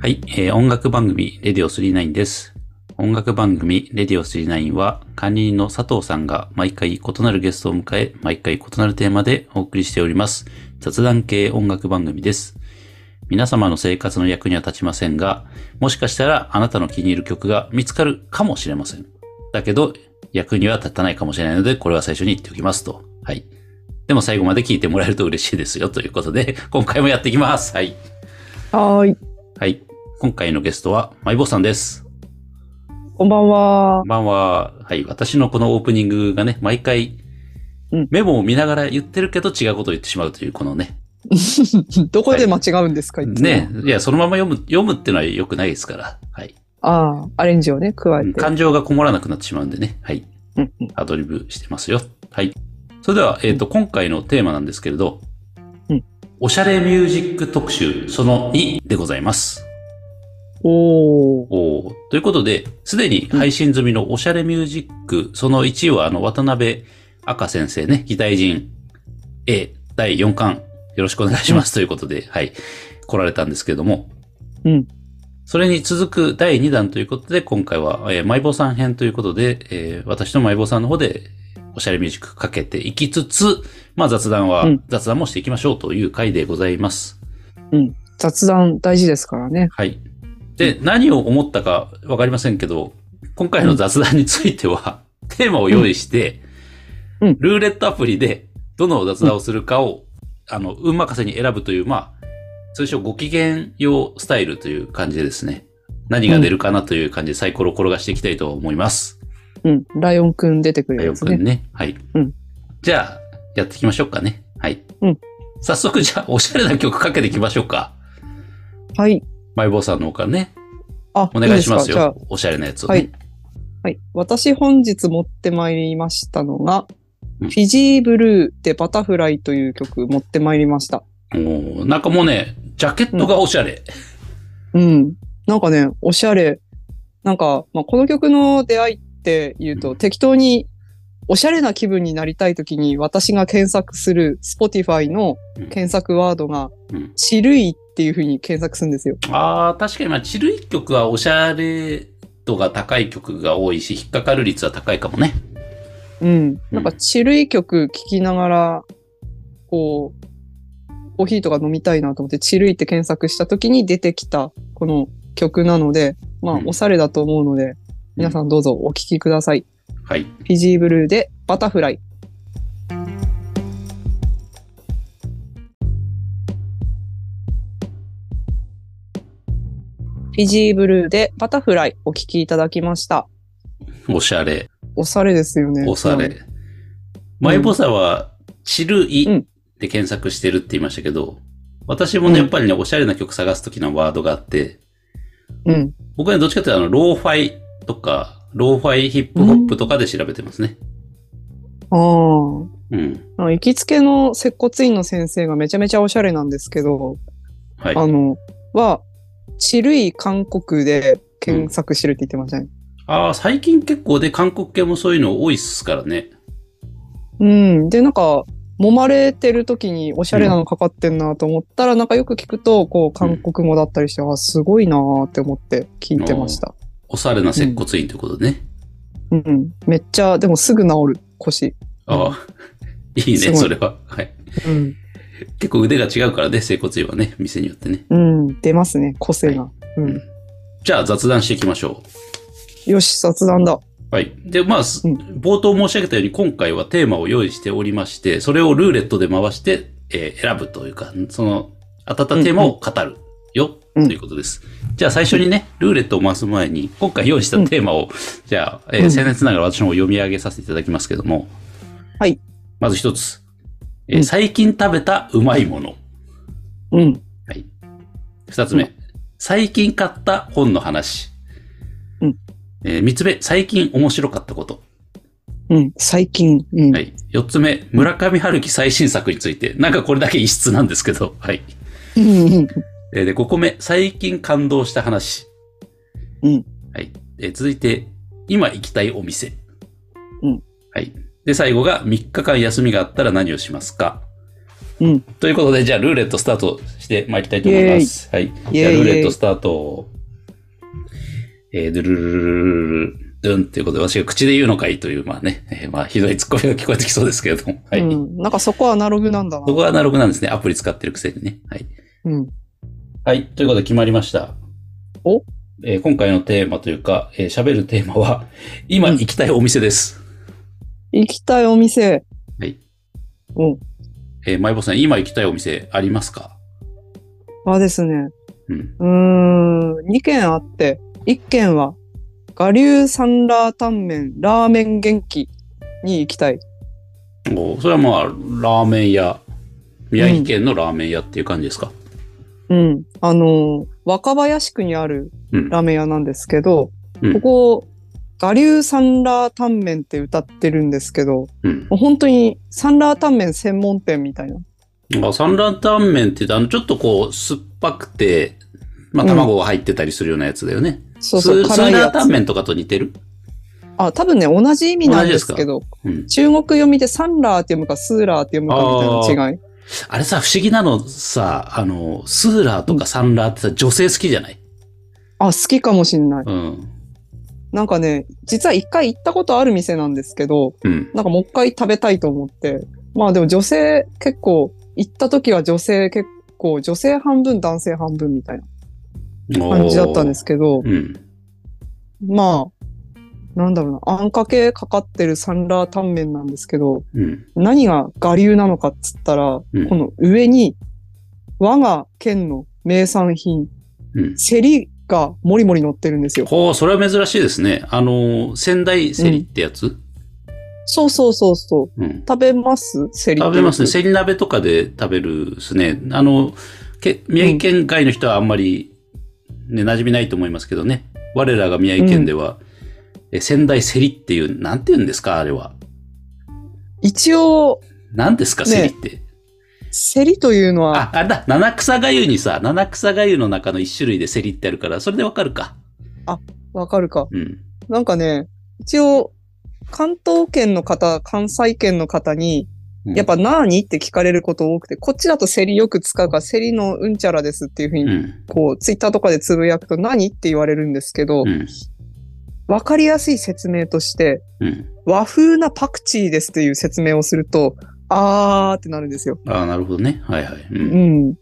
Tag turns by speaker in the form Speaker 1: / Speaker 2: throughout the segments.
Speaker 1: はい、えー音楽番組、レディオ39です。音楽番組、レディオ39は、管理人の佐藤さんが毎回異なるゲストを迎え、毎回異なるテーマでお送りしております。雑談系音楽番組です。皆様の生活の役には立ちませんが、もしかしたらあなたの気に入る曲が見つかるかもしれません。だけど、役には立たないかもしれないので、これは最初に言っておきますと。はい。でも最後まで聞いてもらえると嬉しいですよということで、今回もやっていきます。はい。
Speaker 2: はーい。
Speaker 1: はい。今回のゲストは、まいぼうさんです。
Speaker 2: こんばんは
Speaker 1: こん。ばんは。はい。私のこのオープニングがね、毎回
Speaker 2: うん、
Speaker 1: メモを見ながら言ってるけど違うことを言ってしまうという、このね。
Speaker 2: どこで間違うんですか、いつも
Speaker 1: ね。いや、そのまま読む、読むっていうのは良くないですから。はい。
Speaker 2: ああ、アレンジをね、加えて。
Speaker 1: 感情がこもらなくなってしまうんでね。はい。
Speaker 2: うんうん
Speaker 1: アドリブしてますよ。はい。それでは、えっ、と、今回のテーマなんですけれど、
Speaker 2: うん
Speaker 1: おしゃれミュージック特集、その2でございます。
Speaker 2: おー。
Speaker 1: おーということで、すでに配信済みのおしゃれミュージック、その1は、あの、渡辺赤先生ね、議題人 A 第4巻、よろしくお願いしますということで、はい、来られたんですけれども、
Speaker 2: うん。
Speaker 1: それに続く第2弾ということで、今回は、えー、マイボーさん編ということで、えー私とマイボーさんの方で、おしゃれミュージックかけていきつつ、まあ雑談は、
Speaker 2: うん
Speaker 1: 雑談もしていきましょうという回でございます。
Speaker 2: 雑談大事ですからね。
Speaker 1: はい。で、何を思ったかわかりませんけど、今回の雑談については、テーマを用意して、
Speaker 2: うんうん
Speaker 1: ルーレットアプリで、どの雑談をするかを、あの、運任せに選ぶという、まあ、通称ご機嫌用スタイルという感じでですね。何が出るかなという感じでサイコロを転がしていきたいと思います。
Speaker 2: うん。ライオンくん出てく
Speaker 1: ラ
Speaker 2: る
Speaker 1: イ
Speaker 2: や
Speaker 1: オン
Speaker 2: つ
Speaker 1: くん
Speaker 2: ね。
Speaker 1: ね。はい。
Speaker 2: うん
Speaker 1: じゃあ、やっていきましょうかね。はい。
Speaker 2: うん
Speaker 1: 早速、じゃあ、おしゃれな曲かけていきましょうか。
Speaker 2: はい。
Speaker 1: マイボーさんの方からね。
Speaker 2: あ、
Speaker 1: お願いします
Speaker 2: いいですかじゃ
Speaker 1: よ。おしゃれなやつを、
Speaker 2: あ、
Speaker 1: ね。
Speaker 2: はい。はい。私本日持ってまいりましたのが、
Speaker 1: うん
Speaker 2: フィジーブルーでバタフライという曲持ってまいりました。
Speaker 1: おーなんかもうね、ジャケットがおしゃれ。
Speaker 2: うん。なんかね、おしゃれ。なんか、まあ、この曲の出会いって言うと、適当におしゃれな気分になりたいときに私が検索する Spotify の検索ワードが
Speaker 1: うん、
Speaker 2: チルイっていうふうに検索するんですよ。
Speaker 1: ああ、確かに、まあ、チルイ曲はおしゃれ度が高い曲が多いし、引っかかる率は高いかもね。
Speaker 2: うん。なんかチルイ曲聴きながら、こう、コーヒーとか飲みたいなと思って、チルイって検索したときに出てきたこの曲なので、まあ
Speaker 1: う、ん
Speaker 2: おしゃれだと思うので、皆さんどうぞお聴きください。
Speaker 1: はい。
Speaker 2: フィジーブルーでバタフライ。フィジーブルーでバタフライお聴きいただきました。
Speaker 1: おしゃれ、
Speaker 2: おしゃれですよね。
Speaker 1: おしゃれ。マイボサは、チルイって検索してるって言いましたけど、私もね、
Speaker 2: うん
Speaker 1: やっぱりね、おしゃれな曲探すときのワードがあって、
Speaker 2: うん。
Speaker 1: 僕はねどっちかっていうと、あの、ローファイとか、ローファイヒップホップとかで調べてますね。
Speaker 2: あー
Speaker 1: うん。
Speaker 2: あの。行きつけの接骨院の先生がめちゃめちゃおしゃれなんですけど、
Speaker 1: はい。
Speaker 2: あの、は、チルイ韓国で検索してるって言ってましたね。
Speaker 1: ああ、最近結構で韓国系もそういうの多いっすからね。
Speaker 2: うん。で、なんか、揉まれてる時におしゃれなのかかってんなと思ったら、なんかよく聞くと、こう、韓国語だったりして、あ、すごいなーって思って聞いてました。
Speaker 1: おしゃれな接骨院ということでね。
Speaker 2: うん。めっちゃ、でもすぐ治る、腰。うん
Speaker 1: ああ、 いいね、
Speaker 2: すごい
Speaker 1: それは。はい。
Speaker 2: うん。
Speaker 1: 結構腕が違うからね、接骨院はね、店によってね。
Speaker 2: うん。出ますね、個性が。うん。
Speaker 1: じゃあ雑談していきましょ
Speaker 2: よし、雑談だ。
Speaker 1: う。はい。で、まあ、す
Speaker 2: うん
Speaker 1: 冒頭申し上げたように、今回はテーマを用意しておりまして、それをルーレットで回して、えー選ぶというか、その、当たったテーマを語るよ、
Speaker 2: うん
Speaker 1: ということです。じゃあ最初にね、ルーレットを回す前に、今回用意したテーマを、じゃあ、えー
Speaker 2: うん
Speaker 1: 僭越ながら私も読み上げさせていただきますけども。
Speaker 2: はい。
Speaker 1: まず一つ。えー
Speaker 2: うん
Speaker 1: 最近食べたうまいもの。
Speaker 2: うん。
Speaker 1: はい。二つ目、
Speaker 2: う
Speaker 1: 最近買った本の話。
Speaker 2: うん
Speaker 1: えー三つ目、最近面白かったこと。
Speaker 2: うん。最近。うん。
Speaker 1: はい。四つ目、村上春樹最新作について。なんかこれだけ異質なんですけど。はい。
Speaker 2: うんうん
Speaker 1: えーで、5個目、最近感動した話。
Speaker 2: うん
Speaker 1: はい。えー続いて、今行きたいお店。
Speaker 2: うん
Speaker 1: はい。で、最後が、3日間休みがあったら何をしますか。
Speaker 2: うん
Speaker 1: ということで、じゃあ、ルーレットスタートしてまいりたいと思います。はい。
Speaker 2: イ
Speaker 1: じゃあ、
Speaker 2: エイ
Speaker 1: ルーレットスタート。えー、ドゥルルルルルルルンということで、私が口で言うのかいという、まあね、えーまあ、ひどいツッコミが聞こえてきそうですけれども。はい。
Speaker 2: うん。なんかそこはアナログなんだな。
Speaker 1: そこはアナログなんですね。アプリ使ってるくせにね。はい。
Speaker 2: うん。
Speaker 1: はい。ということで決まりました。
Speaker 2: お
Speaker 1: えー今回のテーマというか、えー喋るテーマは、今
Speaker 2: うん
Speaker 1: 行きたいお店です。
Speaker 2: 行きたいお店。
Speaker 1: はい。
Speaker 2: うん。
Speaker 1: えー、マイボスさん、今行きたいお店ありますか
Speaker 2: はですね。
Speaker 1: うん。
Speaker 2: うーん。2軒あって、1軒は、我流三ラータンメン、ラーメン元気に行きたい。
Speaker 1: おそれはまあ、ラーメン屋。宮城県のラーメン屋っていう感じですか、
Speaker 2: うん。あのー若林区にある
Speaker 1: うん、
Speaker 2: ラーメン屋なんですけど、
Speaker 1: うん
Speaker 2: ここ、我流三ラータンメンって歌ってるんですけど、
Speaker 1: うん。
Speaker 2: もう本当に三ラータンメン専門店みたいな。
Speaker 1: あサンラータンメンって言うと、あの、ちょっとこう、酸っぱくて、まあ、卵が入ってたりするようなやつだよね。
Speaker 2: そうそう、
Speaker 1: スサ
Speaker 2: 辛
Speaker 1: ン
Speaker 2: い
Speaker 1: ラ
Speaker 2: や
Speaker 1: ータン
Speaker 2: つ。
Speaker 1: メンとかと似てる
Speaker 2: あ、多分ね、同じ意味なんですけど、
Speaker 1: うん。
Speaker 2: 中国読みでサンラーって読むかスーラーって読むかみたいな違い。
Speaker 1: あれさ、不思議なのさ、あの、スーラーとかサンラーってさ、女性好きじゃない
Speaker 2: あ、好きかもしんない。
Speaker 1: うん。
Speaker 2: なんかね、実は一回行ったことある店なんですけど、
Speaker 1: うん。。
Speaker 2: なんかもう一回食べたいと思って。まあでも女性結構、行った時は女性結構、女性半分男性半分みたいな感じだったんですすけど、
Speaker 1: うん。
Speaker 2: まあ、なんだろうな、あんかけかかってるサンラータンメンなんですけど、
Speaker 1: うん。
Speaker 2: 何が我流なのかっつったら、
Speaker 1: うん
Speaker 2: この上に、我が県の名産品、
Speaker 1: うん。
Speaker 2: セリがもりもり乗ってるんですよ。
Speaker 1: ほう、それは珍しいですね。あの、仙台セリってやつ、
Speaker 2: そうそうそうそう。
Speaker 1: うん、
Speaker 2: 食べますセリって
Speaker 1: 食べますね。
Speaker 2: よく
Speaker 1: セリ鍋とかで食べるですね。あの、け宮城県外の人はあんまり、ね、馴染みないと思いますけどね。我らが宮城県では、え仙台セリっていう、なんて言うんですかあれは。
Speaker 2: 一応、
Speaker 1: 何ですか
Speaker 2: ね
Speaker 1: セリって。
Speaker 2: セリというのは、
Speaker 1: あ、あれだ、七草がゆにさ、七草がゆの中の一種類でセリってあるから、それでわかるか。
Speaker 2: わかるか。
Speaker 1: うん。
Speaker 2: なんかね、一応、関東圏の方、関西圏の方に、
Speaker 1: うん
Speaker 2: やっぱ何って聞かれること多くて、こっちだとセリよく使うから、セリのうんちゃらですっていうふう
Speaker 1: う
Speaker 2: に、
Speaker 1: ん。
Speaker 2: こう、ツイッターとかでつぶやくと何って言われるんですけど
Speaker 1: う、ん。
Speaker 2: わかりやすい説明として、
Speaker 1: うん。
Speaker 2: 和風なパクチーですっていう説明をすると、あーってなるんですよ。
Speaker 1: ああ、なるほどね。はいはい。う。
Speaker 2: うんん。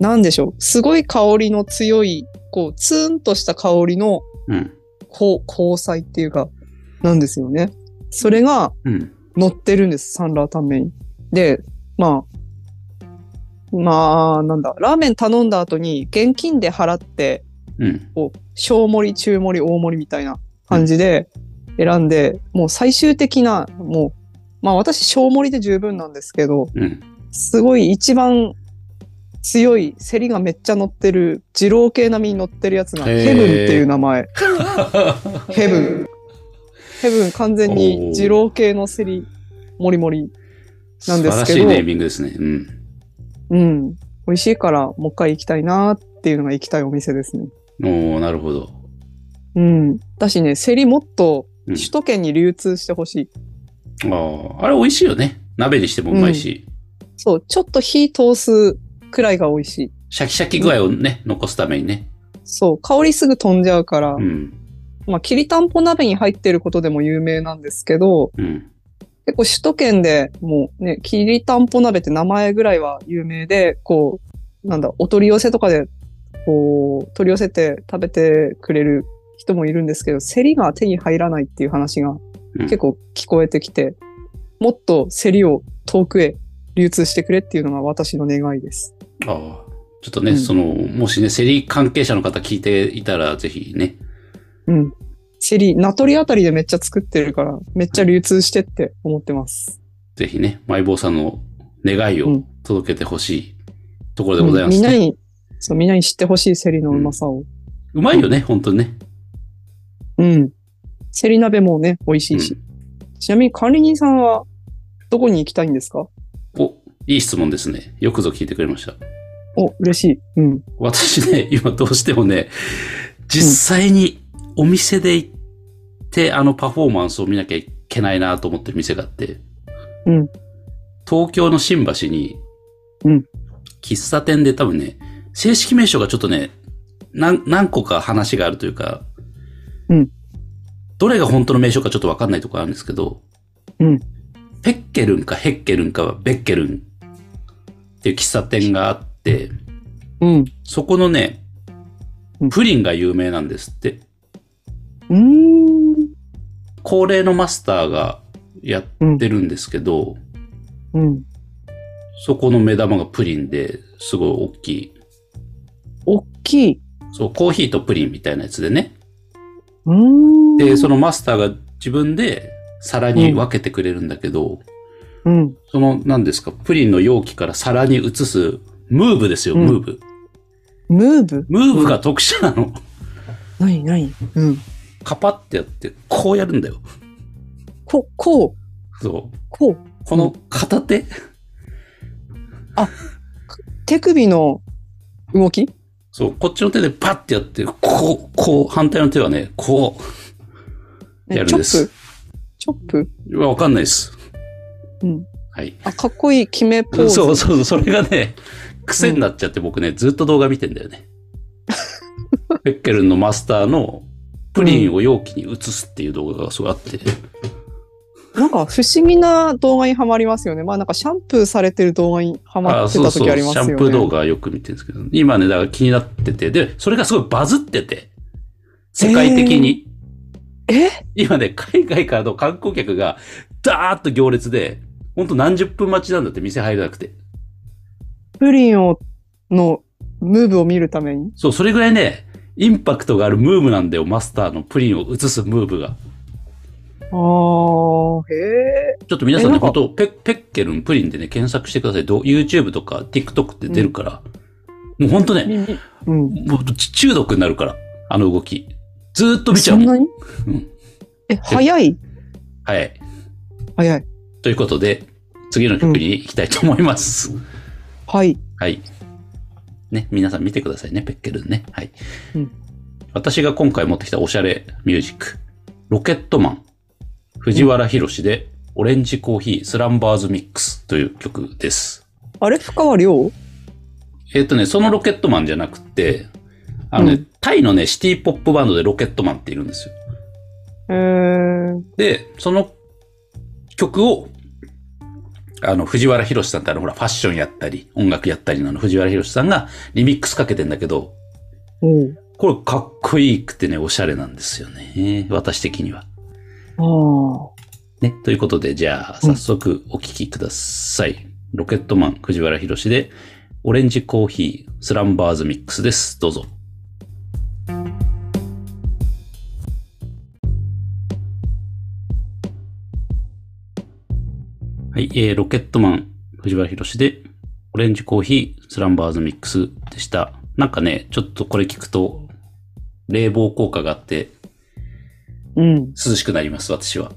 Speaker 2: なんでしょう。すごい香りの強い、こう、ツーンとした香りの、
Speaker 1: うん。
Speaker 2: こう、交際っていうか、なんですよね。それが
Speaker 1: うん。
Speaker 2: 乗ってるんです、サンラータンメンに。で、まあ、まあ、なんだ、ラーメン頼んだ後に現金で払って、
Speaker 1: うん。
Speaker 2: こう、小盛り、中盛り、大盛りみたいな感じで選んで、もう最終的な、もう、まあ私小盛りで十分なんですけど、
Speaker 1: うん。
Speaker 2: すごい一番強い、セリがめっちゃ乗ってる、二郎系並みに乗ってるやつが、
Speaker 1: へー
Speaker 2: ヘブンっていう名前。 ヘブン。ヘブン完全
Speaker 1: お
Speaker 2: に
Speaker 1: ー
Speaker 2: 二郎系のセリ、もりもり。なんです
Speaker 1: 素晴
Speaker 2: けど
Speaker 1: らしいネーミングですね。うん。
Speaker 2: うん。美味しいから、もう一回行きたいなっていうのが行きたいお店ですね。
Speaker 1: おおなるほど。
Speaker 2: うん。だしね、セリもっと
Speaker 1: うん
Speaker 2: 首都圏に流通してほしい。
Speaker 1: ああ、あれ美味しいよね。鍋にしてもうまいし、
Speaker 2: そう、ちょっと火通すくらいが美味しい。
Speaker 1: シャキシャキ具合をね、残すためにね。
Speaker 2: そう、香りすぐ飛んじゃうから、
Speaker 1: うん。
Speaker 2: まあ、きりたんぽ鍋に入ってることでも有名なんですけど、
Speaker 1: うん。
Speaker 2: 結構首都圏でもうね、きりたんぽ鍋って名前ぐらいは有名で、こう、なんだ、お取り寄せとかで、こう、取り寄せて食べてくれる人もいるんですけど、セリが手に入らないっていう話が
Speaker 1: うん
Speaker 2: 結構聞こえてきて、もっとセリを遠くへ流通してくれっていうのが私の願いです。
Speaker 1: ああ。ちょっとね、
Speaker 2: うん
Speaker 1: その、もしね、セリ関係者の方聞いていたら、ぜひね。
Speaker 2: うん。セリ、名取あたりでめっちゃ作ってるから、めっちゃ流通してって思ってます。
Speaker 1: ぜひね、マイボーさんの願いうを
Speaker 2: ん
Speaker 1: 届けてほしいところでございます
Speaker 2: みん
Speaker 1: ね。
Speaker 2: なに、そう、みんなに知ってほしいセリのうまさを。
Speaker 1: うまいよね、本当にね。
Speaker 2: うん。セリ鍋もね、美味しいし。ちなみに管理人さんは、どこに行きたいんですか
Speaker 1: うんお、いい質問ですね。よくぞ聞いてくれました。
Speaker 2: お、嬉しい。うん。
Speaker 1: 私ね、今どうしてもね、実際にお店で行って、あのパフォーマンスを見なきゃいけないなと思ってる店があって、
Speaker 2: うん
Speaker 1: 東京の新橋に、
Speaker 2: うん
Speaker 1: 喫茶店で多分ね、正式名称がちょっとね、何何個か話があるというか、
Speaker 2: うん
Speaker 1: どれが本当の名称かちょっとわかんないところあるんですけど、
Speaker 2: うん
Speaker 1: ペッケルンかヘッケルンかベッケルンっていう喫茶店があって、
Speaker 2: うん。
Speaker 1: そこのね
Speaker 2: うん、
Speaker 1: プリンが有名なんですって。
Speaker 2: うーん。
Speaker 1: 高齢のマスターがやってるんですけど、
Speaker 2: うん。
Speaker 1: そこの目玉がプリンですごい大きい。
Speaker 2: おっきい。
Speaker 1: そう、コーヒーとプリンみたいなやつでね。
Speaker 2: うーん。
Speaker 1: で、そのマスターが自分で皿に分けてくれるんだけど、
Speaker 2: うん。
Speaker 1: その、何ですか、プリンの容器から皿に移す、ムーブですよ、
Speaker 2: うん
Speaker 1: ムーブ。
Speaker 2: ムーブ
Speaker 1: ムーブが特殊なの。
Speaker 2: なになにうん。
Speaker 1: カパってやって、こうやるんだよ。
Speaker 2: こ、こう、
Speaker 1: そう。
Speaker 2: こう。
Speaker 1: この片手、
Speaker 2: 手首の動き
Speaker 1: そう、こっちの手でパッてやって、こう、こう、反対の手はね、こ
Speaker 2: ね
Speaker 1: やるんです
Speaker 2: チョップチョップ
Speaker 1: う。わかんないです。
Speaker 2: うん。
Speaker 1: はい。
Speaker 2: あ、かっこいい決めポーズ。
Speaker 1: そうそうそう、それがね、癖になっちゃって、僕ね、ずっと動画見てんだよ ね。ペッケルンのマスターのプリンを容器に移すっていう動画がすごいあって、
Speaker 2: なんか不思議な動画にはまりますよね。まあなんかシャンプーされてる動画にはま
Speaker 1: あ
Speaker 2: って
Speaker 1: そう
Speaker 2: た
Speaker 1: そう、
Speaker 2: 時
Speaker 1: シ
Speaker 2: ありますよ
Speaker 1: ャ
Speaker 2: ね。
Speaker 1: ンプー動画よく見てるんですけど、今ね、だから気になってて、で、それがすごいバズってて、世界的に。
Speaker 2: え
Speaker 1: 今ね、海外からの観光客が、ダーッと行列で、ほんと何十分待ちなんだって店入れなくて。
Speaker 2: プリンを、のムーブを見るために。
Speaker 1: そう、それぐらいね、インパクトがあるムーブなんだよ、マスターのプリンを移すムーブが。
Speaker 2: あー、へ
Speaker 1: ちょっと皆さん
Speaker 2: えな
Speaker 1: ね、
Speaker 2: んか
Speaker 1: 本当ペペッケルンプリンでね、検索してください。ど YouTube とか TikTok って出るから。もう本当
Speaker 2: え。み
Speaker 1: ね、
Speaker 2: みうん。
Speaker 1: もうち中毒になるから、あの動き。ずーっと見ちゃ
Speaker 2: そう
Speaker 1: も
Speaker 2: ん
Speaker 1: ん。
Speaker 2: なに
Speaker 1: うん
Speaker 2: え、早い
Speaker 1: はい。
Speaker 2: 早い。
Speaker 1: ということで、次の曲に行きたいと思います。
Speaker 2: はい。
Speaker 1: はい。ね、皆さん見てくださいね、ペッケルンね。はい。
Speaker 2: うん
Speaker 1: 私が今回持ってきたおしゃれミュージック。ロケットマン。藤原宏で、オレンジコーヒースランバーズミックスという曲です。
Speaker 2: あれ深川亮
Speaker 1: えっ、とね、そのロケットマンじゃなくて、あのね、
Speaker 2: う
Speaker 1: タイのね、シティポップバンドでロケットマンっているんですよ。
Speaker 2: えー、
Speaker 1: で、その曲を、あの、藤原宏さんってあの、ほら、ファッションやったり、音楽やったりのあの藤原宏さんがリミックスかけてんだけど、
Speaker 2: おう
Speaker 1: これかっこいいくてね、おしゃれなんですよね。私的には。
Speaker 2: あ
Speaker 1: ね。ということで、じゃあ、
Speaker 2: う
Speaker 1: 早
Speaker 2: ん
Speaker 1: 速お聴きください。ロケットマン藤原宏で、オレンジコーヒースランバーズミックスです。どうぞ。はい、えー、ロケットマン藤原宏で、オレンジコーヒースランバーズミックスでした。なんかね、ちょっとこれ聞くと、冷房効果があって、
Speaker 2: ー。うん。
Speaker 1: 涼しくなります、私は。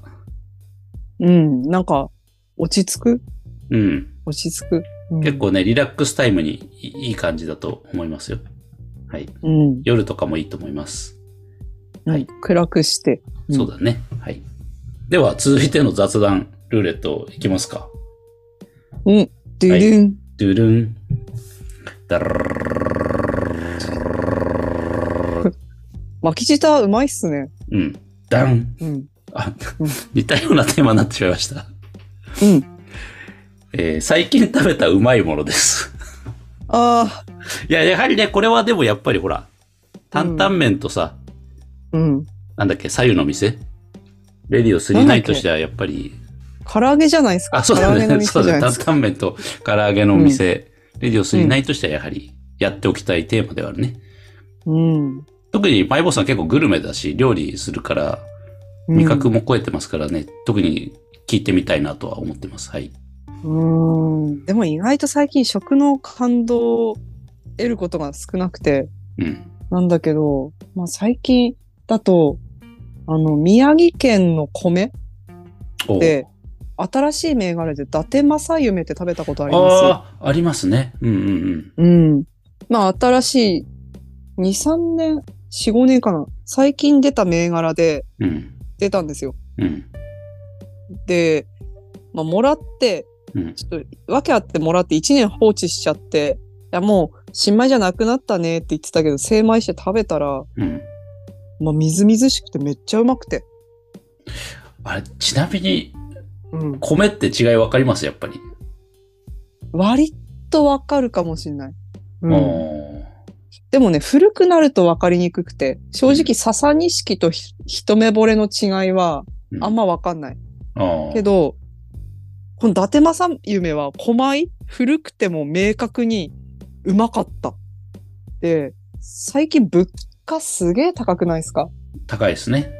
Speaker 2: うん。なんか、落ち着く
Speaker 1: うん。
Speaker 2: 落ち着く。うん
Speaker 1: 結。構ね、リラックスタイムにいいい感じだと思いますよ。はい。
Speaker 2: うん。
Speaker 1: 夜とかもいいと思います。はい
Speaker 2: 暗くして。うん
Speaker 1: そうだね。はい。では、続いての雑談ルーレットいきますか。
Speaker 2: うん。ドゥルン。
Speaker 1: ドゥルン。ダラ
Speaker 2: 巻き舌うまいっすね。
Speaker 1: うん。ダン。
Speaker 2: うん。
Speaker 1: あ
Speaker 2: うん、
Speaker 1: 似たようなテーマになってしまいました。
Speaker 2: うん。
Speaker 1: えー最近食べたうまいものです。
Speaker 2: ああ。
Speaker 1: いや、やはりね、これはでもやっぱりほら、担々麺とさ、
Speaker 2: うん。
Speaker 1: なんだっけ、左右の店レディオ39としてはやっぱり
Speaker 2: 唐揚げじゃないですか。
Speaker 1: あ、そうだ
Speaker 2: 唐揚げの
Speaker 1: ね。
Speaker 2: 店
Speaker 1: そう
Speaker 2: じゃ
Speaker 1: だね。
Speaker 2: ないで
Speaker 1: 担
Speaker 2: すか。
Speaker 1: 々麺と唐揚げのお店、レディオスにないとしてはやはりやっておきたいテーマではあるね。
Speaker 2: うん。
Speaker 1: 特にマイボスさん結構グルメだし、料理するから、味覚も超えてますからね、特に聞いてみたいなとは思ってます。はい。
Speaker 2: うん。うん。でも意外と最近食の感動を得ることが少なくて、
Speaker 1: うん。
Speaker 2: なんだけど、まあ最近だと、あの、宮城県の米
Speaker 1: おう
Speaker 2: で、新しい銘柄で伊達正夢って食べたことあります
Speaker 1: ああ、ありますね。うんうん
Speaker 2: うん。まあ、新しい、2、3年、4、5年かな。最近出た銘柄で
Speaker 1: うん。うん。
Speaker 2: 出たんですよ。
Speaker 1: うん。
Speaker 2: で、まあ、もらって、
Speaker 1: うん
Speaker 2: ちょっと、訳あってもらって1年放置しちゃって、いやもう、新米じゃなくなったねって言ってたけど、精米して食べたら、
Speaker 1: うん。
Speaker 2: まあ、みずみずしくてめっちゃうまくて。
Speaker 1: あれ、ちなみに、
Speaker 2: うん。
Speaker 1: 米って違い分かりますやっぱり。
Speaker 2: 割とわかるかもしれない。うん。
Speaker 1: おー
Speaker 2: でもね、古くなるとわかりにくくて、正直、笹錦とひ一目惚れの違いは
Speaker 1: う、ん
Speaker 2: あんまわかんない。
Speaker 1: ああ。
Speaker 2: けど、この伊達政夢は、古米古くても明確にうまかった。で、最近物価すげえ高くないですか
Speaker 1: 高いですね。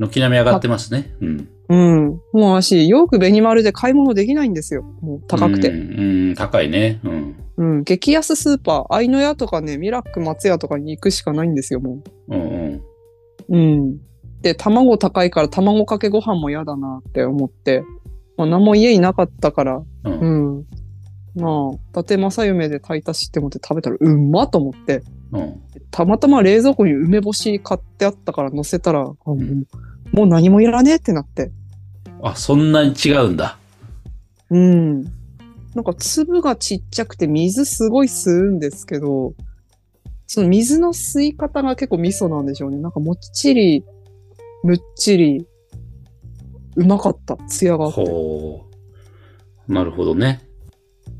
Speaker 1: 軒並み上がってますね。うん。
Speaker 2: うん。もう私、よくベニマルで買い物できないんですよ。もう高くて。
Speaker 1: うん、うん高いね。うん。
Speaker 2: うん。激安スーパー、愛の屋とかね、ミラック松屋とかに行くしかないんですよ、も
Speaker 1: うんうん。
Speaker 2: う。うん。で、卵高いから卵かけご飯も嫌だなって思って。まあ、何も家になかったから、
Speaker 1: うん
Speaker 2: うん。まあ、伊達正夢で炊いたしって思って食べたら、うんまっと思って、
Speaker 1: うん。
Speaker 2: たまたま冷蔵庫に梅干し買ってあったから乗せたら、あもうもう何もいらねえってなって。
Speaker 1: あ、そんなに違うんだ。
Speaker 2: うん。なんか粒がちっちゃくて水すごい吸うんですけど、その水の吸い方が結構味噌なんでしょうね。なんかもっちり、むっちり、うまかった。艶があって。
Speaker 1: ほう。なるほどね。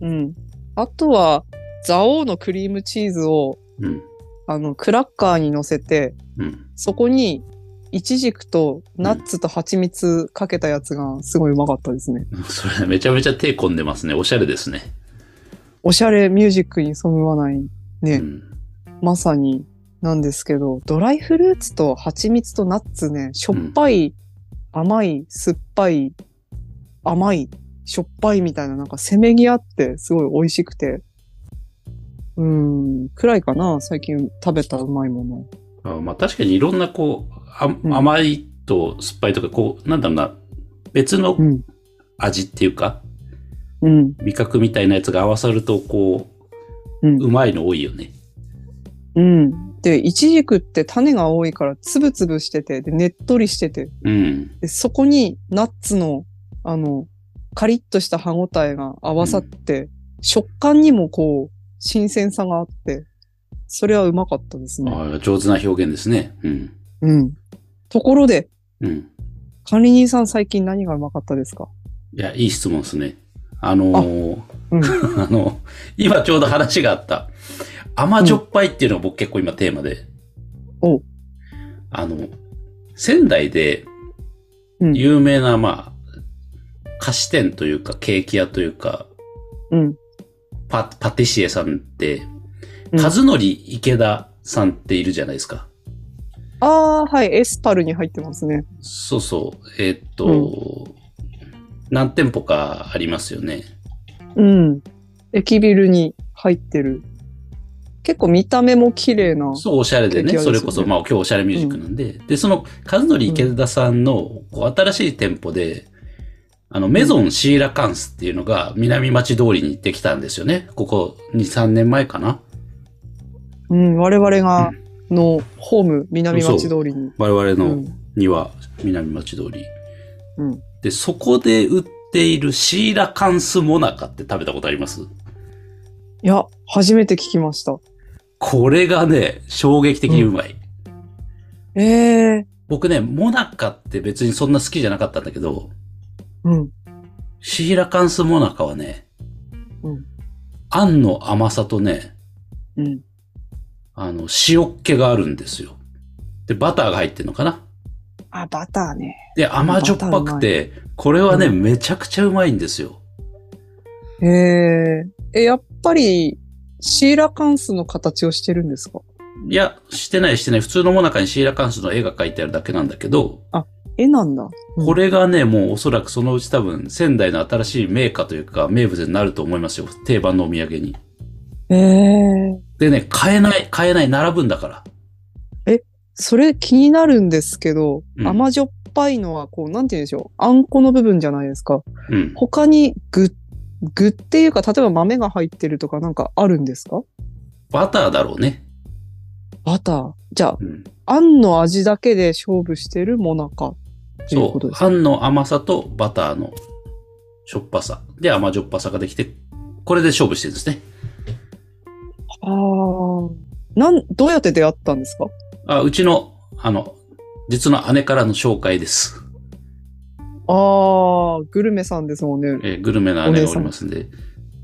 Speaker 2: うん。あとは、蔵王のクリームチーズを、
Speaker 1: うん。
Speaker 2: あの、クラッカーに乗せて、
Speaker 1: うん。
Speaker 2: そこに、イチジクとナッツと蜂蜜かけたやつがすごいうまかったですね。
Speaker 1: それめちゃめちゃ手込んでますね。おしゃれですね。
Speaker 2: おしゃれミュージックにそぐわない、ね
Speaker 1: うん。
Speaker 2: まさになんですけど、ドライフルーツと蜂蜜とナッツね、しょっぱい、甘い、酸っぱい、甘い、しょっぱいみたいななんかせめぎ合ってすごい美味しくて。うーん、くらいかな、最近食べたうまいもの。
Speaker 1: あまあ確かにいろんなこう、あ
Speaker 2: ん
Speaker 1: 甘いと酸っぱいとか、こう、なんだろうな、別の
Speaker 2: うん。
Speaker 1: 味っていうか、
Speaker 2: うん。
Speaker 1: 味覚みたいなやつが合わさると、こ
Speaker 2: う
Speaker 1: う、
Speaker 2: ん。
Speaker 1: うまいの多いよね。
Speaker 2: うん。で、イチジクって種が多いからつぶつぶしてて、で、ねっとりしてて、
Speaker 1: うん。
Speaker 2: でそこにナッツの、あの、カリッとした歯ごたえが合わさって、食感にもこう、新鮮さがあって、それはうまかったですね。
Speaker 1: ああ上手な表現ですね。うん。
Speaker 2: うん。ところで、
Speaker 1: うん。
Speaker 2: 管理人さん最近何がうまかったですか
Speaker 1: いや、いい質問ですね。あのー
Speaker 2: う
Speaker 1: あの、今ちょうど話があった、甘じょっぱいっていうのが僕結構今テーマで。
Speaker 2: おう
Speaker 1: あの、仙台で
Speaker 2: うん
Speaker 1: 有名な、まあ、菓子店というか、ケーキ屋というか、
Speaker 2: うん。
Speaker 1: パ、パティシエさんって、
Speaker 2: うん
Speaker 1: 和則池田さんっているじゃないですか。
Speaker 2: ああー、はい、エスパルに入ってますね。
Speaker 1: そうそう。えーっと、何店舗かありますよね。
Speaker 2: うん。駅ビルに入ってる。結構見た目も綺麗な。
Speaker 1: そう、おしゃれでね、
Speaker 2: 出来上
Speaker 1: そ
Speaker 2: がりで
Speaker 1: れ
Speaker 2: すよ
Speaker 1: こ
Speaker 2: ね
Speaker 1: そ、まあ、今日おしゃれミュージックなんで、で、その、和則池田さんの、こう、新しい店舗で、あの、メゾンシーラカンスっていうのが、南町通りにできたんですよね。ここ、2、3年前かな。
Speaker 2: うん、我々が、のホーム、南町通りに。
Speaker 1: 我々
Speaker 2: う
Speaker 1: の
Speaker 2: ん。
Speaker 1: 庭、南町通り。
Speaker 2: うん
Speaker 1: で、そこで売っているシーラカンスモナカって食べたことあります
Speaker 2: いや、初めて聞きました。
Speaker 1: これがね、衝撃的にうまい。
Speaker 2: ええ
Speaker 1: 僕ね、モナカって別にそんな好きじゃなかったんだけど、
Speaker 2: うん。
Speaker 1: シーラカンスモナカはね、
Speaker 2: うん
Speaker 1: あんの甘さとね、
Speaker 2: うん。
Speaker 1: あの、塩っ気があるんですよ。で、バターが入ってるのかな
Speaker 2: あ、バターね。
Speaker 1: で、甘じょっぱくて、これはね、めちゃくちゃうまいんですよ。
Speaker 2: へえ。え、やっぱり、シーラカンスの形をしてるんですか
Speaker 1: いや、してないしてない。普通のモナカにシーラカンスの絵が描いてあるだけなんだけど、
Speaker 2: 絵なんだ。うん
Speaker 1: これがね、もうおそらくそのうち多分、仙台の新しい名家というか、名物になると思いますよ。定番のお土産に。
Speaker 2: へえ。
Speaker 1: でね、買えない、買えない、並ぶんだから。
Speaker 2: それ気になるんですけど、
Speaker 1: うん
Speaker 2: 甘じょっぱいのは、こう、なんて言うんでしょう。あんこの部分じゃないですか。
Speaker 1: うん。
Speaker 2: 他に具、具っていうか、例えば豆が入ってるとかなんかあるんですか
Speaker 1: バターだろうね。
Speaker 2: バター。じゃ
Speaker 1: うん。
Speaker 2: あ、あんの味だけで勝負してるモナカ。という
Speaker 1: そ
Speaker 2: こと
Speaker 1: う
Speaker 2: で。す
Speaker 1: あんの甘さとバターのしょっぱさ。で、甘じょっぱさができて、これで勝負してるんですね。
Speaker 2: ああ。なん、どうやって出会ったんですか
Speaker 1: あ、うちの、あの、実の姉からの紹介です。
Speaker 2: ああ、グルメさんですもんね。
Speaker 1: えーグルメの姉がおりますんで。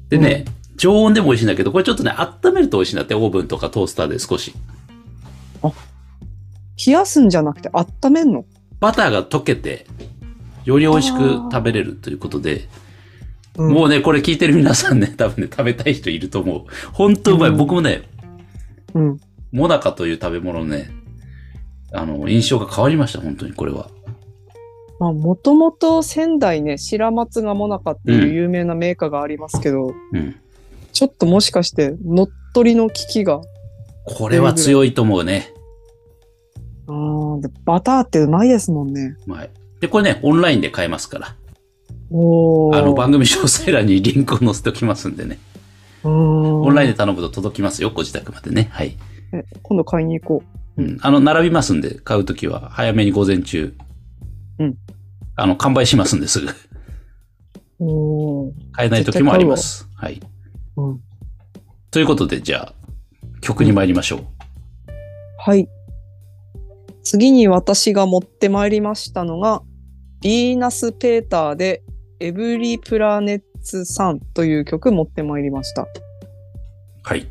Speaker 1: でね、常温でも美味しいんだけど、これちょっとね、温めると美味しいんだって、オーブンとかトースターで少し。
Speaker 2: 冷やすんじゃなくて温めんの
Speaker 1: バターが溶けて、より美味しく食べれるということで、
Speaker 2: うん
Speaker 1: もうね、これ聞いてる皆さんね、多分ね、食べたい人いると思う。ほんとうまい。
Speaker 2: うん
Speaker 1: 僕もね、
Speaker 2: うん。
Speaker 1: モナカという食べ物のね、あの、印象が変わりました、本当にこれは。
Speaker 2: まあ、もともと仙台ね、白松がもなかっていう有名なメーカーがありますけど、
Speaker 1: うん。
Speaker 2: ちょっともしかして乗っ取りの危機が。
Speaker 1: これは強いと思うね。
Speaker 2: あーでバターってうまいですもんね。
Speaker 1: うまい。で、これね、オンラインで買えますから。
Speaker 2: おー
Speaker 1: あの、番組詳細欄にリンクを載せておきますんでね。
Speaker 2: オ
Speaker 1: オンラインで頼むと届きますよ、ご自宅までね。はい。
Speaker 2: 今度買いに行こ
Speaker 1: うん。あの、並びますんで、買うときは、早めに午前中。
Speaker 2: うん。
Speaker 1: あの、完売しますん ですぐ。
Speaker 2: う。おー
Speaker 1: 買えないときもあります。はい。
Speaker 2: うん
Speaker 1: ということで、じゃあ、曲に参りましょう。
Speaker 2: はい。次に私が持ってまいりましたのが、ヴィーナス・ペーターで、エブリ・プラネッツ・さんという曲持ってまいりました。
Speaker 1: はい。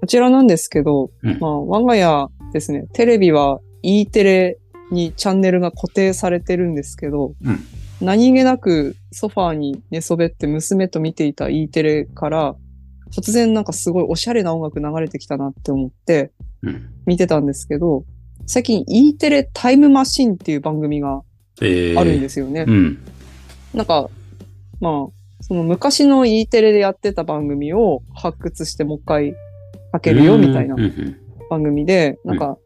Speaker 2: こちらなんですけど、
Speaker 1: うん
Speaker 2: まあ、我が家ですね、テレビは E テレにチャンネルが固定されてるんですけど、
Speaker 1: うん
Speaker 2: 何気なくソファーに寝そべって娘と見ていた E テレから、突然なんかすごいおしゃれな音楽流れてきたなって思って
Speaker 1: うん。
Speaker 2: 見てたんですけど、最近 E テレタイムマシンっていう番組が
Speaker 1: えー、
Speaker 2: あるんですよね。
Speaker 1: うん。
Speaker 2: なんか、まあ、その昔の E テレでやってた番組を発掘してもう一回かけるよみたいな
Speaker 1: うんうん
Speaker 2: 番組で、なんか、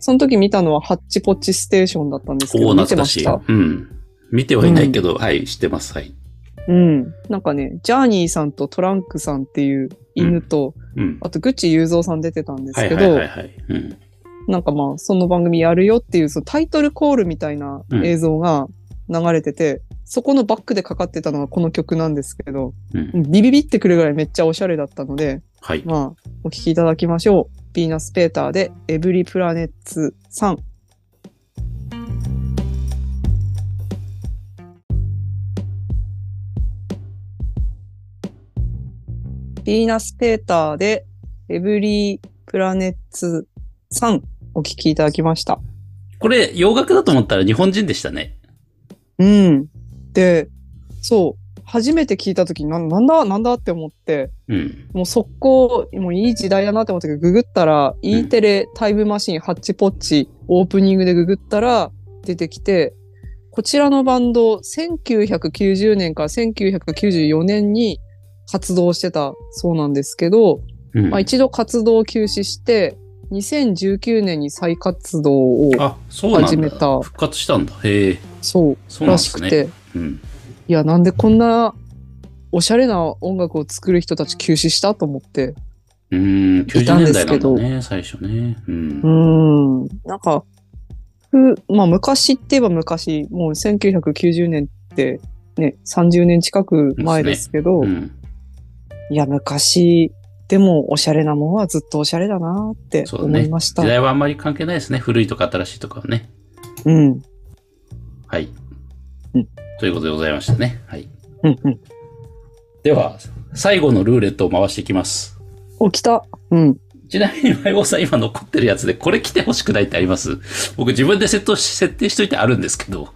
Speaker 2: その時見たのはハッチポッチステーションだったんですけ
Speaker 1: お
Speaker 2: ど、
Speaker 1: お、
Speaker 2: 見
Speaker 1: 懐
Speaker 2: てま
Speaker 1: かし
Speaker 2: し
Speaker 1: い。
Speaker 2: た。
Speaker 1: うん。見てはいないけど、はい、知ってます。はい。
Speaker 2: うん。なんかね、ジャーニーさんとトランクさんっていう犬と、
Speaker 1: うん。
Speaker 2: あとグッチ雄三さん出てたんです
Speaker 1: は
Speaker 2: け
Speaker 1: いは
Speaker 2: ど、
Speaker 1: いはいはい。うん。
Speaker 2: なんかまあ、その番組やるよっていうそのタイトルコールみたいな
Speaker 1: うん
Speaker 2: 映像が流れてて、そこのバックでかかってたのがこの曲なんですけど、
Speaker 1: うん。
Speaker 2: ビビビってくるぐらいめっちゃおしゃれだったので、
Speaker 1: はい。
Speaker 2: まあ、お聞きいただきましょう。ヴィーナス・ペーターで、エブリ・プラネッツ3。ヴィーナス・ペーターで、エブリ・プラネッツ3。お聞きいただきました。
Speaker 1: これ、洋楽だと思ったら日本人でしたね。
Speaker 2: うん。で、そう。初めて聞いたとき、ななんだなんだって思って、
Speaker 1: うん。
Speaker 2: もう速攻、もういい時代だなって思ったけど、ググったら、E テレタイムマシンハッチポッチオープニングでググったら出てきて、こちらのバンド、1990年から1994年に活動してたそうなんですけど、
Speaker 1: うん。
Speaker 2: まあ、一度活動を休止して、2019年に再活動を、
Speaker 1: あ、そうなんだ。
Speaker 2: 始めた
Speaker 1: 復活したんだ。へえ。
Speaker 2: そう、
Speaker 1: そうなん
Speaker 2: ら
Speaker 1: で
Speaker 2: し
Speaker 1: す
Speaker 2: く
Speaker 1: ね。
Speaker 2: て、
Speaker 1: うん。
Speaker 2: いや、なんでこんなおしゃれな音楽を作る人たち休止したと思って、
Speaker 1: うーん、
Speaker 2: た
Speaker 1: 90
Speaker 2: んで
Speaker 1: 年
Speaker 2: す
Speaker 1: 代
Speaker 2: け
Speaker 1: なんだ
Speaker 2: ど
Speaker 1: ね、最初ね。うん
Speaker 2: う。ーん。なんか、ふまあ昔って言えば昔、もう1990年ってね、30年近く前ですけど、
Speaker 1: うん、
Speaker 2: いや、昔、でもおしゃれなもんはずっとおしゃれだなって
Speaker 1: そうだ
Speaker 2: 思
Speaker 1: ね
Speaker 2: いました。
Speaker 1: 時代はあんまり関係ないですね。古いとか新しいとかはね。
Speaker 2: うん。
Speaker 1: はい。
Speaker 2: うん
Speaker 1: ということでございましたね。はい。
Speaker 2: うんうん。
Speaker 1: では、最後のルーレットを回していきます。
Speaker 2: お、来た。うん。
Speaker 1: ちなみに、マイボーさん今残ってるやつで、これ来てほしくないってあります僕自分でセットし設定しといてあるんですけど。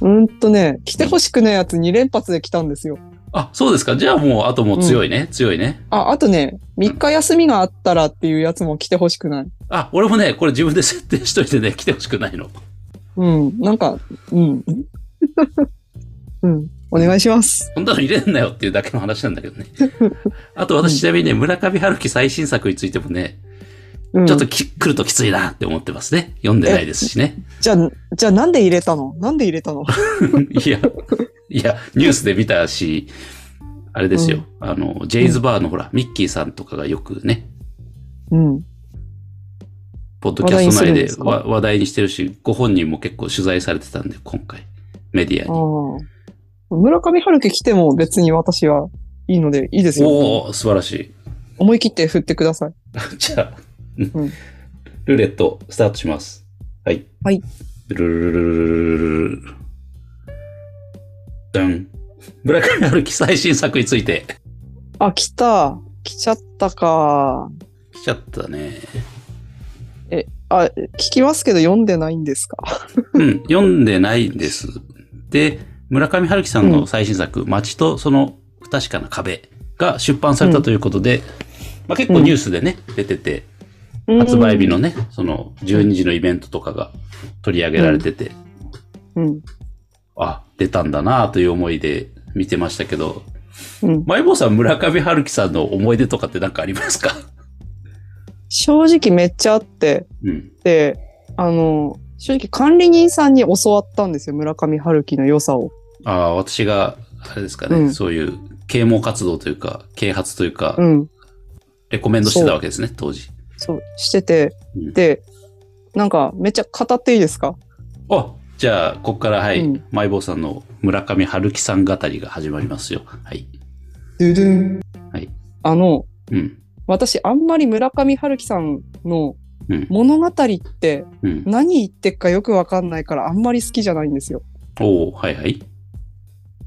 Speaker 2: うーんとね、来てほしくないやつ2連発で来たんですよ。
Speaker 1: あ、そうですか。じゃあもう、あともう強いね。強いね。
Speaker 2: あ、あとね、3日休みがあったらっていうやつも来てほしくない。
Speaker 1: あ、俺もね、これ自分で設定しといてね、来てほしくないの。
Speaker 2: うん。なんか、 うん。うん。お願いします。
Speaker 1: そんなの入れんなよっていうだけの話なんだけど ね。あと私ちなみにね、村上春樹最新作についてもね、
Speaker 2: うん
Speaker 1: ちょっとき、来るときついなって思ってますね。読んでないですしね。
Speaker 2: じゃあ、じゃあなんで入れたのなんで入 れたの
Speaker 1: いや、いや、ニュースで見たし、あれですよ。あの、ジェイズバーのほら、ミッキーさんとかがよくね、
Speaker 2: うん。
Speaker 1: ポッドキャスト
Speaker 2: 話題にする
Speaker 1: 内
Speaker 2: んで
Speaker 1: です
Speaker 2: か
Speaker 1: わ話題にしてるし、ご本人も結構取材されてたんで、今回、メディア
Speaker 2: あ
Speaker 1: に。
Speaker 2: あ。村上春樹来ても別に私はいいので、いいですよ。
Speaker 1: おお素晴らしい。
Speaker 2: 思い切って振ってください。
Speaker 1: じゃあ、
Speaker 2: ん
Speaker 1: ルーレットスタートします。はい。
Speaker 2: はい。
Speaker 1: ルルルルルルルルルダン。村上春樹最新作について。
Speaker 2: あ、来た。来ちゃったか。
Speaker 1: 来ちゃったね。
Speaker 2: あ、聞きますけど読んでないんですか。
Speaker 1: うん、読んでないんです。で、村上春樹さんの最新作、街とその不確かな壁が出版されたということで、まあ結構ニュースでね、出てて、発売日のね、その12時のイベントとかが取り上げられてて、
Speaker 2: うん。
Speaker 1: あ、出たんだなという思いで見てましたけど、
Speaker 2: うん。
Speaker 1: マイボーさん、村上春樹さんの思い出とかって何かありますか
Speaker 2: 正直めっちゃあって、
Speaker 1: うん。
Speaker 2: で、あの、正直管理人さんに教わったんですよ、村上春樹の良さを。
Speaker 1: ああ、私が、あれですかね、
Speaker 2: うん
Speaker 1: そういう啓蒙活動というか、啓発というか、
Speaker 2: うん。
Speaker 1: レコメンドしてたわけですね、当時。
Speaker 2: そう、してて。
Speaker 1: うん
Speaker 2: で、なんかめっちゃ語っていいですか
Speaker 1: あじゃあ、ここから、はい、
Speaker 2: うん
Speaker 1: マイボーさんの村上春樹さん語りが始まりますよ。はい。
Speaker 2: ドゥドゥン。
Speaker 1: はい。
Speaker 2: あの、
Speaker 1: うん。
Speaker 2: 私あんまり村上春樹さんの
Speaker 1: うん
Speaker 2: 物語って
Speaker 1: うん。
Speaker 2: 何言ってっかよくわかんないからあんまり好きじゃないんですよ。
Speaker 1: おおはいはい。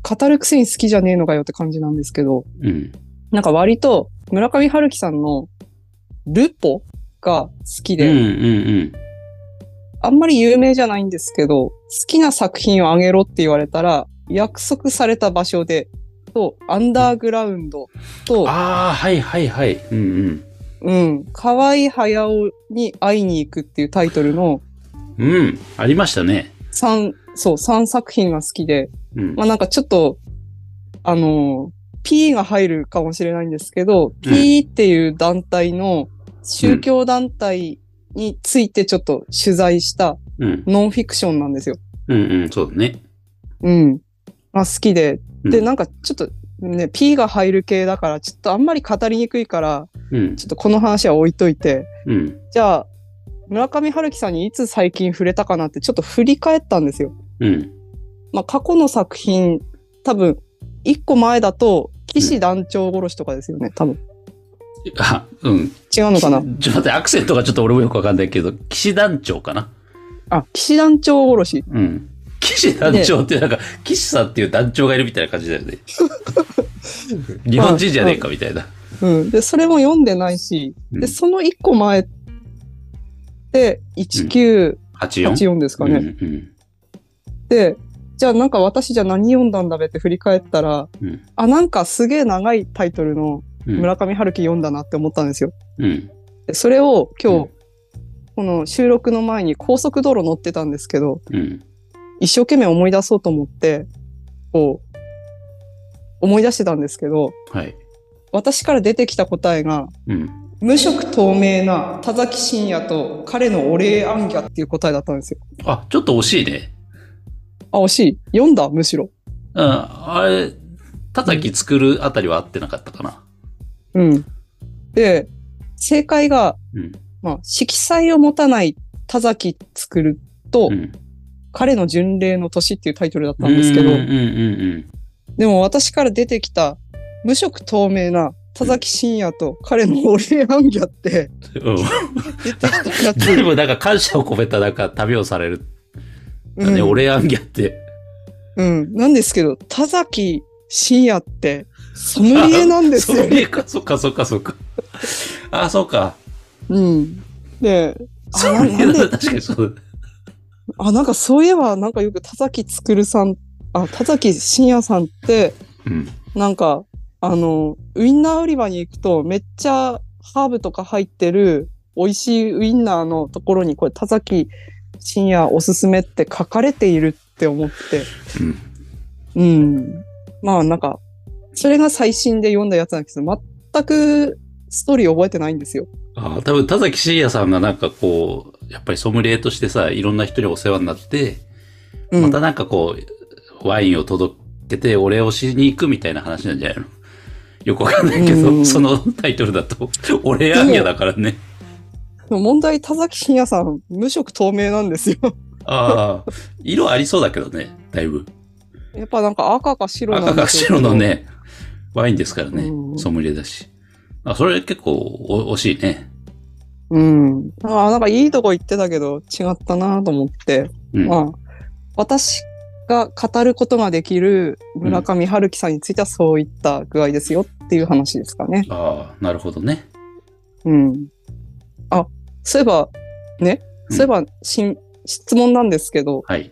Speaker 2: 語るくせに好きじゃねえのかよって感じなんですけど、
Speaker 1: うん。
Speaker 2: なんか割と村上春樹さんのルポが好き
Speaker 1: うんう
Speaker 2: で、
Speaker 1: んうん。
Speaker 2: あんまり有名じゃないんですけど、好きな作品をあげろって言われたら、約束された場所で、と、アンダーグラウンドと、
Speaker 1: ああ、はいはいはい。うん
Speaker 2: うん、河合駿に会いに行くっていうタイトルの
Speaker 1: うん。うん。ありましたね。
Speaker 2: 3、そう、三作品が好きで、
Speaker 1: うん。
Speaker 2: まあなんかちょっと、あの、P が入るかもしれないんですけど、P っていう団体の宗教団体についてちょっと取材した
Speaker 1: うん。
Speaker 2: ノンフィクションなんですよ。
Speaker 1: うんうん。そうだね。
Speaker 2: うん。まあ好きで。
Speaker 1: うん
Speaker 2: で、なんかちょっとね、P が入る系だから、ちょっとあんまり語りにくいから、
Speaker 1: うん。
Speaker 2: ちょっとこの話は置いといて、
Speaker 1: うん。
Speaker 2: じゃあ、村上春樹さんにいつ最近触れたかなってちょっと振り返ったんですよ。
Speaker 1: うん。
Speaker 2: まあ過去の作品、多分、一個前だと、騎士団長殺しとかですよね、多分。
Speaker 1: あ、うん。
Speaker 2: 違うのかな
Speaker 1: ちょっと待って、アクセントがちょっと俺もよくわかんないけど、騎士団長かな。
Speaker 2: あ、騎士団長殺し。
Speaker 1: うん。騎士団長ってなんか、騎士さんっていう団長がいるみたいな感じだ よね。日本人じゃねえかみたいな。
Speaker 2: うん。で、それも読んでないし、
Speaker 1: うん
Speaker 2: で、その一個前って、1984
Speaker 1: 84?
Speaker 2: ですかね。
Speaker 1: うんうん
Speaker 2: で、じゃあなんか私じゃ何読んだんだべって振り返ったら、
Speaker 1: うん
Speaker 2: あ、なんかすげえ長いタイトルの
Speaker 1: うん
Speaker 2: 村上春樹読んだなって思ったんですよ。
Speaker 1: うん。
Speaker 2: でそれを今
Speaker 1: う
Speaker 2: 日
Speaker 1: ん、
Speaker 2: この収録の前に高速道路乗ってたんですけど、
Speaker 1: うん。
Speaker 2: 一生懸命思い出そうと思って、こう、思い出してたんですけど、
Speaker 1: はい。
Speaker 2: 私から出てきた答えが、
Speaker 1: うん。
Speaker 2: 無色透明な田崎真也と彼のお礼暗ャっていう答えだったんですよ。
Speaker 1: あ、ちょっと惜しいね。
Speaker 2: あ、惜しい。読んだむしろ。
Speaker 1: うん。あれ、叩き作るあたりは合ってなかったかな。
Speaker 2: うん。で、正解が、
Speaker 1: うん。
Speaker 2: まあ、色彩を持たない田崎作ると、
Speaker 1: うん。
Speaker 2: 彼の巡礼の年っていうタイトルだったんですけど、
Speaker 1: うんうんうん
Speaker 2: でも私から出てきた無色透明な田崎真也と彼のお礼暗ャって
Speaker 1: うん。うん。
Speaker 2: 出てきたやつ。
Speaker 1: でもなんか感謝を込めたなんか旅をされる
Speaker 2: うん
Speaker 1: ね、俺アンギャって。
Speaker 2: うん。なんですけど、田崎真也って ソムリエなんです
Speaker 1: そう
Speaker 2: よ。
Speaker 1: いえか、そっかそっかそっか。ああ、そうか。
Speaker 2: うん。で、あ
Speaker 1: そう
Speaker 2: な
Speaker 1: いう
Speaker 2: なんで
Speaker 1: 確かにそうだ。
Speaker 2: あ、なんかそういえば、なんかよく田崎つくるさん、あ、田崎真也さんって、
Speaker 1: うん。
Speaker 2: なんか、あの、ウインナー売り場に行くと、めっちゃハーブとか入ってる、美味しいウインナーのところに、これ、田崎真也おすすめって書かれているって思って、
Speaker 1: うん
Speaker 2: うん。まあ、なんか、それが最新で読んだやつなんですけど、全くストーリー覚えてないんですよ。
Speaker 1: ああ、多分田崎真也さんがなんかこう、やっぱりソムリエとしてさ、いろんな人にお世話になって、
Speaker 2: うん、
Speaker 1: またなんかこう、ワインを届けてお礼をしに行くみたいな話なんじゃないの よくわかんないけ
Speaker 2: う
Speaker 1: ど、
Speaker 2: ん
Speaker 1: そのタイトルだと、 お礼アンギャだからね。
Speaker 2: でも問題、田崎真也さん、無色透明なんですよ。
Speaker 1: ああ、色ありそうだけどね、だいぶ。
Speaker 2: やっぱなんか赤か白なん
Speaker 1: 赤
Speaker 2: で
Speaker 1: か
Speaker 2: しょ
Speaker 1: 白
Speaker 2: うけど
Speaker 1: の。ね、ワインですから
Speaker 2: う
Speaker 1: ね。
Speaker 2: ん
Speaker 1: ソムリエだし。あ、それ結構お惜しいね。
Speaker 2: うん。ああ、なんかいいとこ行ってたけど違ったなと思って。
Speaker 1: うん。
Speaker 2: まあ、私が語ることができる村上春樹さんについてはそういった具合ですよっていう話ですかね。
Speaker 1: ああ、なるほどね。
Speaker 2: うん。あ、そういえば、ね。
Speaker 1: うん
Speaker 2: そういえば、しん、質問なんですけど、
Speaker 1: はい。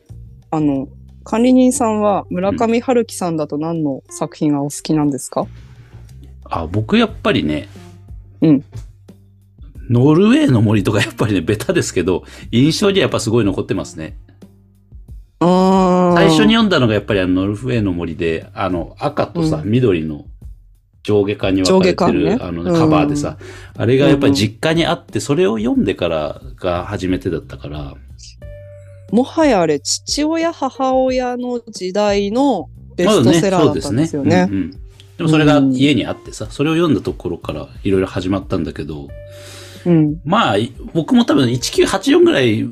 Speaker 2: あの、管理人さんは村上春樹さんだと何の作品がお好きなんですか、
Speaker 1: あ、僕やっぱりね、
Speaker 2: うん。
Speaker 1: ノルウェーの森とかやっぱりね、ベタですけど、印象にはやっぱすごい残ってますね。
Speaker 2: ああ。
Speaker 1: 最初に読んだのがやっぱりあのノルウェーの森で、あの赤とさ、
Speaker 2: う
Speaker 1: 緑の上下巻に分かれてる、
Speaker 2: 上下巻ね
Speaker 1: あの
Speaker 2: うん
Speaker 1: カバーでさ、あれがやっぱり実家にあって、それを読んでからが初めてだったから、
Speaker 2: もはやあれ、父親、母親の時代のベストセラーだったんですよ
Speaker 1: まあそ。
Speaker 2: ね
Speaker 1: うですねうんうんでもそれが家にあってさ、それを読んだところからいろいろ始まったんだけど、
Speaker 2: うん。
Speaker 1: まあ、い僕も多分1984ぐらい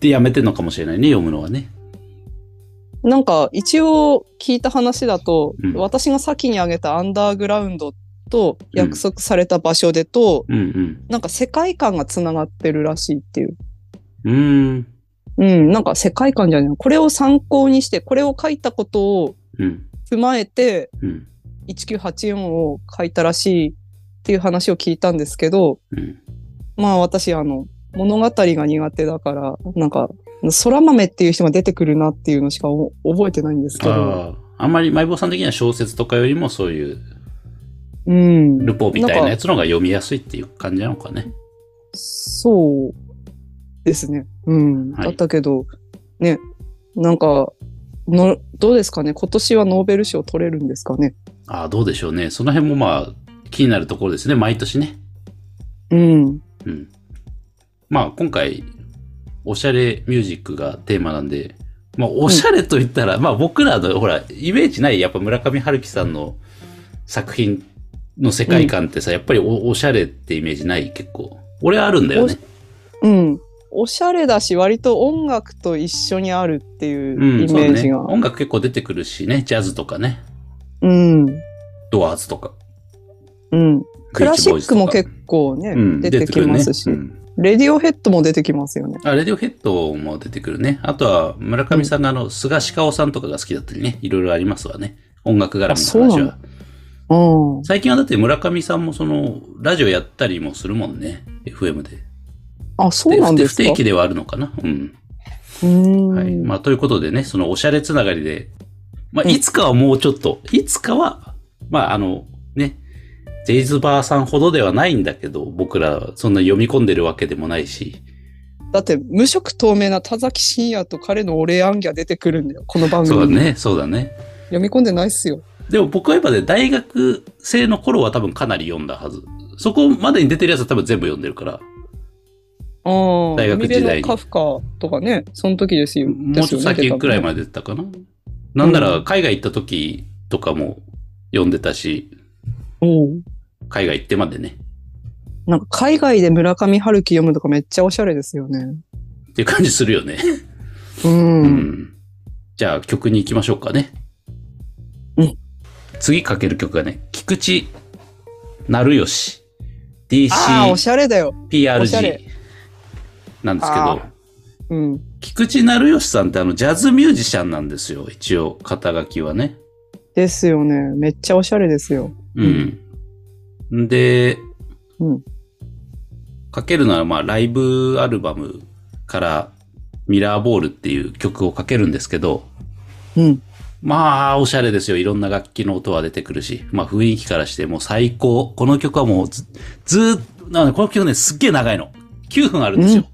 Speaker 1: でやめてんのかもしれないね、読むのはね。
Speaker 2: なんか、一応聞いた話だと、
Speaker 1: うん
Speaker 2: 私が先に挙げたアンダーグラウンドと約束された場所でと、
Speaker 1: うんうん。
Speaker 2: なんか世界観がつながってるらしいっていう。
Speaker 1: うーん。
Speaker 2: うん、なんか世界観じゃない。これを参考にして、これを書いたことを
Speaker 1: うん。
Speaker 2: 踏まえて、
Speaker 1: うん。
Speaker 2: 1984を書いたらしいっていう話を聞いたんですけど、
Speaker 1: うん。
Speaker 2: まあ私、あの、物語が苦手だから、なんか、空豆っていう人が出てくるなっていうのしかお覚えてないんですけど、
Speaker 1: ああ。あんまり、マイボーさん的には小説とかよりもそういう
Speaker 2: うん。
Speaker 1: ルポーみたいな
Speaker 2: なん
Speaker 1: や
Speaker 2: か
Speaker 1: つの方が読みやすいっていう感じなのかね。
Speaker 2: そうですね。うん。
Speaker 1: はい
Speaker 2: だったけど、ね、なんか、のどうですかね今年はノーベル賞取れるんですかね
Speaker 1: ああ、どうでしょうね。その辺もまあ、気になるところですね。毎年ね。
Speaker 2: うん。
Speaker 1: うん。まあ、今回、おしゃれミュージックがテーマなんで、まあ、おしゃれと言ったら、まあ、僕らの、ほら、イメージない、やっぱ村上春樹さんの作品の世界観ってさ、やっぱりおおしゃれってイメージない、結構。俺はあるんだよね。
Speaker 2: うん。おしゃれだし、割と音楽と一緒にあるっていう
Speaker 1: うん、
Speaker 2: イ
Speaker 1: そう
Speaker 2: メージ
Speaker 1: ね。
Speaker 2: が。
Speaker 1: 音楽結構出てくるしね、ジャズとかね、
Speaker 2: うん。
Speaker 1: ドアーズとか。
Speaker 2: うん。クラシ
Speaker 1: ビー
Speaker 2: ッ
Speaker 1: チ
Speaker 2: ク
Speaker 1: ボー
Speaker 2: も
Speaker 1: イズとか
Speaker 2: 結構ね、
Speaker 1: うん
Speaker 2: 出てきますし、
Speaker 1: 出てくるねうん
Speaker 2: レディオヘッドも出てきますよね。
Speaker 1: あレディオヘッドも出てくるね。あとは、村上さんがあの、菅鹿尾さんとかが好きだったりね、いろいろありますわね。音楽絡みの
Speaker 2: あそうな
Speaker 1: 話
Speaker 2: の
Speaker 1: は。
Speaker 2: うん。
Speaker 1: 最近はだって村上さんもその、ラジオやったりもするもんね。FM で。
Speaker 2: あ、そうなんですか
Speaker 1: 不定期ではあるのかなうん。
Speaker 2: うーん、
Speaker 1: はい。まあ、ということでね、そのおしゃれつながりで、まあ、
Speaker 2: うん
Speaker 1: いつかはもうちょっと、いつかは、まあ、あの、ね、ジェイズバーさんほどではないんだけど、僕ら、そんな読み込んでるわけでもないし、
Speaker 2: だって、無色透明な田崎真也と彼のお礼暗記が出てくるんだよ、この番
Speaker 1: そう
Speaker 2: 組
Speaker 1: だ
Speaker 2: に。
Speaker 1: ね、そうだね。
Speaker 2: 読み込んでないっすよ。
Speaker 1: でも僕はやっぱね、大学生の頃は多分かなり読んだはず。そこまでに出てるやつは多分全部読んでるから、
Speaker 2: ああ、
Speaker 1: 大学時代に
Speaker 2: 海辺のカフカとかね、その時ですよ。
Speaker 1: もうちょっと先くらいまで出たかな。なんなら海外行った時とかも読んでたし、
Speaker 2: で。おう
Speaker 1: 海外行ってまでね。
Speaker 2: なんか海外で村上春樹読むとかめっちゃおしゃれですよね。
Speaker 1: っていう感じするよね。
Speaker 2: うん。
Speaker 1: うん。じゃあ曲に行きましょうかね。
Speaker 2: うん。
Speaker 1: 次かける曲がね、菊池成吉
Speaker 2: ああ、
Speaker 1: DCPRG
Speaker 2: おしゃれだよ。おしゃれ
Speaker 1: なんですけど
Speaker 2: あ、うん。
Speaker 1: 菊池成吉さんってあのジャズミュージシャンなんですよ一応肩書きはね
Speaker 2: ですよね。めっちゃおしゃれですよ。
Speaker 1: うん、で、
Speaker 2: うん
Speaker 1: かけるならまあライブアルバムから「ミラーボール」っていう曲をかけるんですけど
Speaker 2: うん。
Speaker 1: まあおしゃれですよいろんな楽器の音は出てくるしまあ雰囲気からしてもう最高この曲はもうずずーっとなのでこの曲ねすっげえ長いの9分あるんですよ、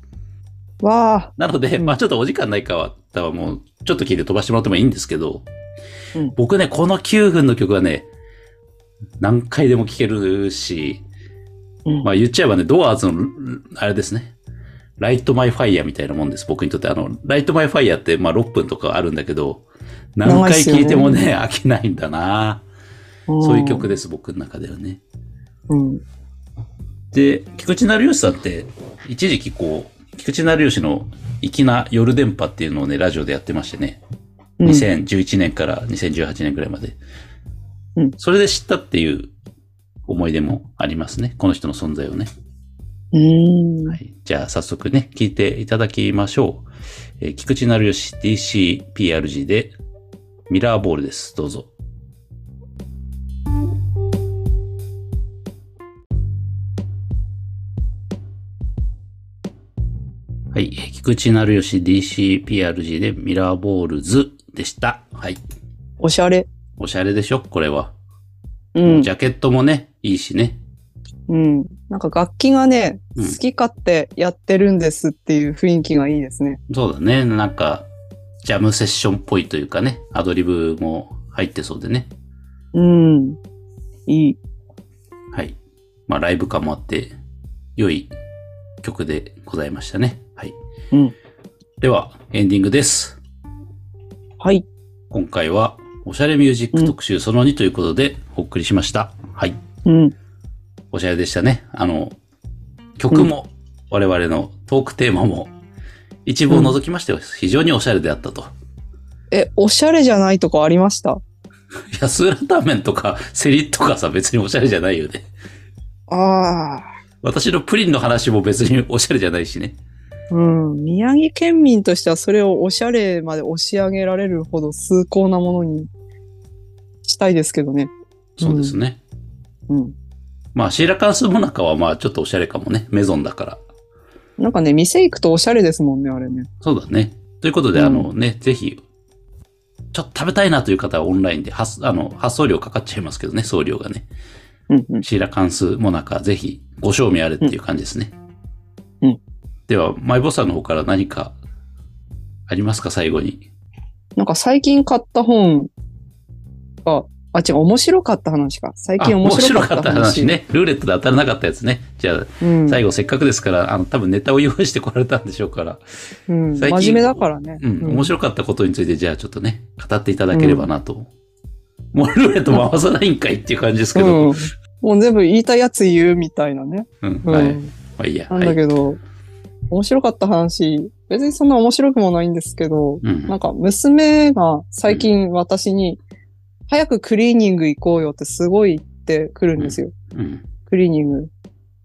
Speaker 2: わあ。
Speaker 1: なので、
Speaker 2: うん
Speaker 1: まあちょっとお時間ない方はもうちょっと聞いて飛ばしてもらってもいいんですけど、
Speaker 2: うん
Speaker 1: 僕ね、この9分の曲はね、何回でも聴けるし、
Speaker 2: うん
Speaker 1: まあ言っちゃえばね、ドアーズの、あれですね、ライトマイファイヤーみたいなもんです、僕にとって。あの、ライトマイファイヤーってまあ6分とかあるんだけど、何
Speaker 2: 長いっ
Speaker 1: 回
Speaker 2: すよね
Speaker 1: 聴いてもね、飽きないんだなそういう曲
Speaker 2: で。
Speaker 1: です、僕の中ではね。
Speaker 2: うん。
Speaker 1: で、菊池成吉さんって、一時期こう、菊池成吉の粋な夜電波っていうのをね、ラジオでやってましてね。
Speaker 2: うん
Speaker 1: 2011年から2018年くらいまで。
Speaker 2: うん
Speaker 1: それで知ったっていう思い出もありますね。この人の存在をね。
Speaker 2: うん。
Speaker 1: はい、じゃあ早速ね、聞いていただきましょう。えー菊池成吉 DCPRG でミラーボールです。どうぞ。はい、えー菊池成吉 DCPRG でミラーボールズでした。はい、
Speaker 2: おしゃれ。
Speaker 1: おしゃれでしょこれは。
Speaker 2: うん
Speaker 1: ジ。ャケットもね、いいしね。
Speaker 2: うん。なんか楽器がね、
Speaker 1: うん
Speaker 2: 好き勝手やってるんですっていう雰囲気がいいですね。
Speaker 1: そうだね。なんか、ジャムセッションっぽいというかね、アドリブも入ってそうでね。
Speaker 2: うん。いい。
Speaker 1: はい。まあ、ライブ感もあって、良い曲でございましたね。はい。
Speaker 2: うん
Speaker 1: では、エンディングです。
Speaker 2: はい。
Speaker 1: 今回は、おしゃれミュージック特集その2ということで、お送りしました。はい。
Speaker 2: うん。
Speaker 1: おしゃれでしたね。あの、曲も、我々のトークテーマも、一部を除きましては、非常におしゃれであったと。
Speaker 2: え、おしゃれじゃないとこありました
Speaker 1: 安浦ターメンとかセリとかさ別におしゃれじゃないよね。
Speaker 2: ああ。
Speaker 1: 私のプリンの話も別におしゃれじゃないしね。
Speaker 2: うん。宮城県民としてはそれをおしゃれまで押し上げられるほど崇高なものにしたいですけどね。
Speaker 1: そうですね。
Speaker 2: うん。
Speaker 1: まあシーラカンスモナカはまあちょっとおしゃれかもね。メゾンだから。
Speaker 2: なんかね、店行くとおしゃれですもんね、あれね。
Speaker 1: そうだね。ということで、
Speaker 2: うん
Speaker 1: あのね、ぜひ、ちょっと食べたいなという方はオンラインで発あの発送料かかっちゃいますけどね、送料がね。
Speaker 2: うんうん。
Speaker 1: シーラカンスモナカぜひご賞味あれっていう感じですね。
Speaker 2: うん
Speaker 1: では、マイボスさんの方から何かありますか最後に。
Speaker 2: なんか最近買った本が、あ、違う、面白かった話か。最近
Speaker 1: あ
Speaker 2: 面白かった話。
Speaker 1: 面白話ね。ルーレットで当たらなかったやつね。じゃあ、
Speaker 2: うん。
Speaker 1: 最後せっかくですから、あの、多分ネタを用意してこられたんでしょうから、
Speaker 2: うん、
Speaker 1: 最
Speaker 2: 真
Speaker 1: 近
Speaker 2: 面目だからね。
Speaker 1: うん、面白かったことについて、じゃあちょっとね、語っていただければなと。もうルーレット回さないんかいっていう感じですけど、
Speaker 2: うん。もう全部言いたいやつ言うみたいなね。
Speaker 1: うん、
Speaker 2: うん。
Speaker 1: はい。まあいいや。
Speaker 2: なんだ
Speaker 1: はい
Speaker 2: けど、面白かった話、別にそんな面白くもないんですけど、
Speaker 1: うん
Speaker 2: なんか娘が最近私に、早くクリーニング行こうよってすごい言ってくるんですよ。
Speaker 1: うん。
Speaker 2: クリーニング。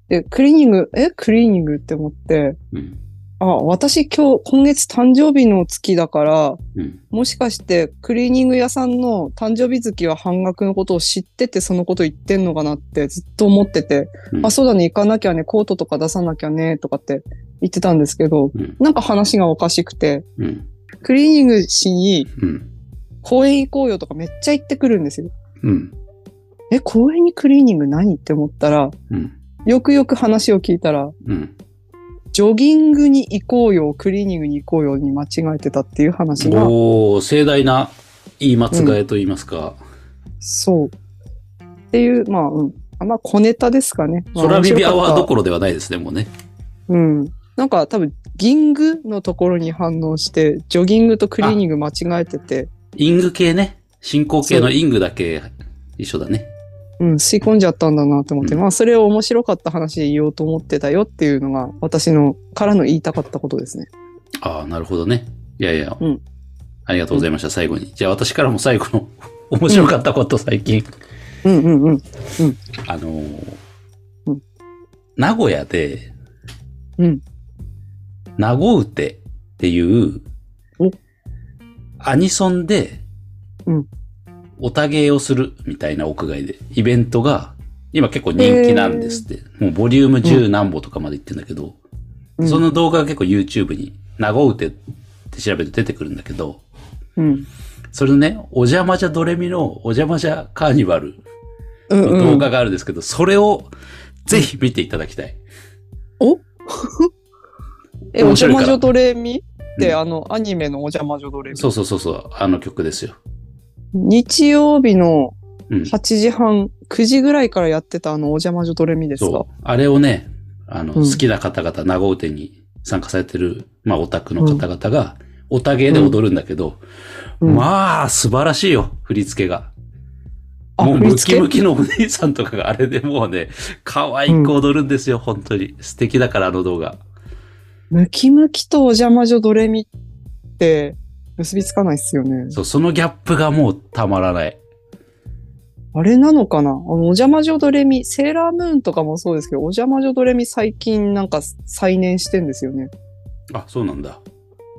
Speaker 2: で、クリーニング、えクリーニングって思って、
Speaker 1: うん。
Speaker 2: あ、私今日、今月誕生日の月だから、
Speaker 1: うん。
Speaker 2: もしかしてクリーニング屋さんの誕生日月は半額のことを知っててそのこと言ってんのかなってずっと思ってて、
Speaker 1: うん
Speaker 2: あ、そうだね、行かなきゃね、コートとか出さなきゃね、とかって言ってたんですけど、
Speaker 1: うん
Speaker 2: なんか話がおかしくて、
Speaker 1: うん。
Speaker 2: クリーニングしに
Speaker 1: うん。
Speaker 2: 公園行こうよとかめっちゃ言ってくるんですよ。
Speaker 1: うん。
Speaker 2: え、公園にクリーニング何って思ったら、
Speaker 1: うん。
Speaker 2: よくよく話を聞いたら、
Speaker 1: うん。
Speaker 2: ジョギングに行こうよ、クリーニングに行こうよに間違えてたっていう話が、
Speaker 1: おー、盛大な言い間違えと言いますか、
Speaker 2: そう。っていう、まあ、うん。あまあ、小ネタですかね。まあ
Speaker 1: 空耳アワーど
Speaker 2: 面白か
Speaker 1: ころではないですね、もうね。
Speaker 2: ったうん。なんか多分、ギングのところに反応して、ジョギングとクリーニング間違えてて、
Speaker 1: イング系ね。進行形のイングだけ一緒だね。
Speaker 2: うん、吸い込んじゃったんだなと思って、
Speaker 1: うん
Speaker 2: まあ、それを面白かった話で言おうと思ってたよっていうのが、私の、からの言いたかったことですね。
Speaker 1: ああ、なるほどね。いやいや、
Speaker 2: うん
Speaker 1: ありがとうございました、最後に。じゃあ私からも最後の 面白かったこと、最近。
Speaker 2: うんうんうん。
Speaker 1: あのー
Speaker 2: うん
Speaker 1: 名古屋で、
Speaker 2: うん
Speaker 1: 名古うてっていう
Speaker 2: お、
Speaker 1: アニソンで、
Speaker 2: うん
Speaker 1: おたげをするみたいな屋外で、イベントが、今結構人気なんですって。もうボリューム10何本とかまでいってんだけど、
Speaker 2: うん
Speaker 1: その動画が結構 YouTube に、名古うてって調べると出てくるんだけど、
Speaker 2: うん。
Speaker 1: それのね、おじゃまじゃドレミのおじゃまじゃカーニバル
Speaker 2: うん
Speaker 1: の
Speaker 2: うん、
Speaker 1: 動画があるんですけど、それをぜひ見ていただきたい。
Speaker 2: え、
Speaker 1: 面
Speaker 2: お邪
Speaker 1: 白いから
Speaker 2: 魔女ドレミって、
Speaker 1: うん
Speaker 2: あの、アニメのお邪魔女ドレミ。
Speaker 1: そうそうそうそう、あの曲ですよ。
Speaker 2: 日曜日の
Speaker 1: うん。
Speaker 2: 8時半、9時ぐらいからやってたあの、お邪魔女ドレミですか
Speaker 1: そう。あれをね、あの、
Speaker 2: うん
Speaker 1: 好きな方々、名古屋店に参加されてる、まあ、オタクの方々が、オタゲで踊るんだけど、
Speaker 2: うん
Speaker 1: まあ、素晴らしいよ、振り付けが。
Speaker 2: あ、
Speaker 1: もう
Speaker 2: 振り
Speaker 1: ムキ
Speaker 2: 付
Speaker 1: ム
Speaker 2: け
Speaker 1: キのお姉さんとかがあれでもうね、可愛く踊るんですよ、本当に。素敵だから、あの動画。
Speaker 2: ムキムキとお邪魔女ドレミって、結びつかないっすよね。
Speaker 1: そう、そのギャップがもうたまらない。
Speaker 2: あれなのかなあの、お邪魔女ドレミ、セーラームーンとかもそうですけど、お邪魔女ドレミ最近なんか再燃してんですよね。
Speaker 1: あ、そうなんだ。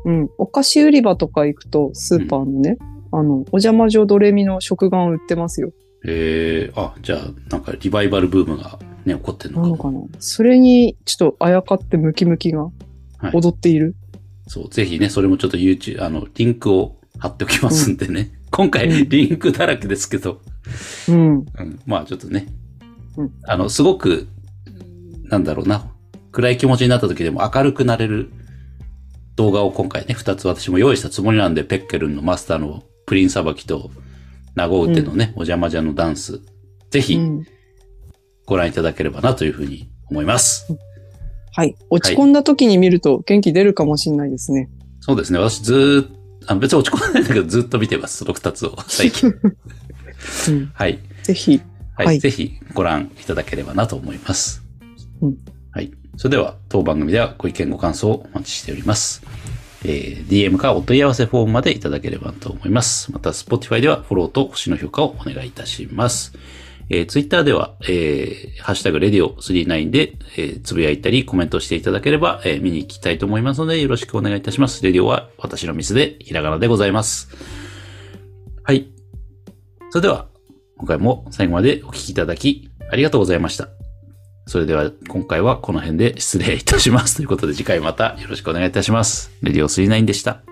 Speaker 2: うん。お菓子売り場とか行くと、スーパーのね、あの、お邪魔女ドレミの食玩売ってますよ。
Speaker 1: えー、あ、じゃあ、なんかリバイバルブームがね、起こってんの
Speaker 2: な
Speaker 1: かな。
Speaker 2: のかなそれに、ちょっとあやかってムキムキが
Speaker 1: はい
Speaker 2: 踊っている。
Speaker 1: そう、ぜひね、それもちょっと YouTube、あの、リンクを貼っておきますんでね。今回、
Speaker 2: うん
Speaker 1: リンクだらけですけど、
Speaker 2: うん。
Speaker 1: うん、まあちょっとね、
Speaker 2: うん
Speaker 1: あの、すごく、なんだろうな、暗い気持ちになった時でも明るくなれる動画を今回ね、二つ私も用意したつもりなんで、ペッケルンのマスターのプリンさばきと、ナゴウテのね、お邪魔じゃのダンス、ぜ
Speaker 2: う
Speaker 1: ひ
Speaker 2: ん。
Speaker 1: ご覧いただければなというふうに思います。
Speaker 2: はい。落ち込んだ時に見ると元気出るかもしれないですね。
Speaker 1: そうですね、私ずーっと、あの別に落ち込んでないんだけど、ずっと見てます、その二つを、最 近。
Speaker 2: うん。
Speaker 1: はい。
Speaker 2: ぜひ。
Speaker 1: はい、
Speaker 2: はい
Speaker 1: ぜひご覧いただければなと思います。
Speaker 2: うん
Speaker 1: はい。それでは、当番組ではご意見ご感想をお待ちしております。えー DM かお問い合わせフォームまでいただければと思います。また、Spotify ではフォローと星の評価をお願いいたします。えー Twitter では、えーハッシュタグレディオ39で、えーつぶやいたりコメントしていただければ、えー見に行きたいと思いますので、よろしくお願いいたします。レディオは私のミスで、ひらがなでございます。はい。それでは、今回も最後までお聞きいただき、ありがとうございました。それでは、今回はこの辺で失礼いたします。ということで、次回またよろしくお願いいたします。レディオ39でした。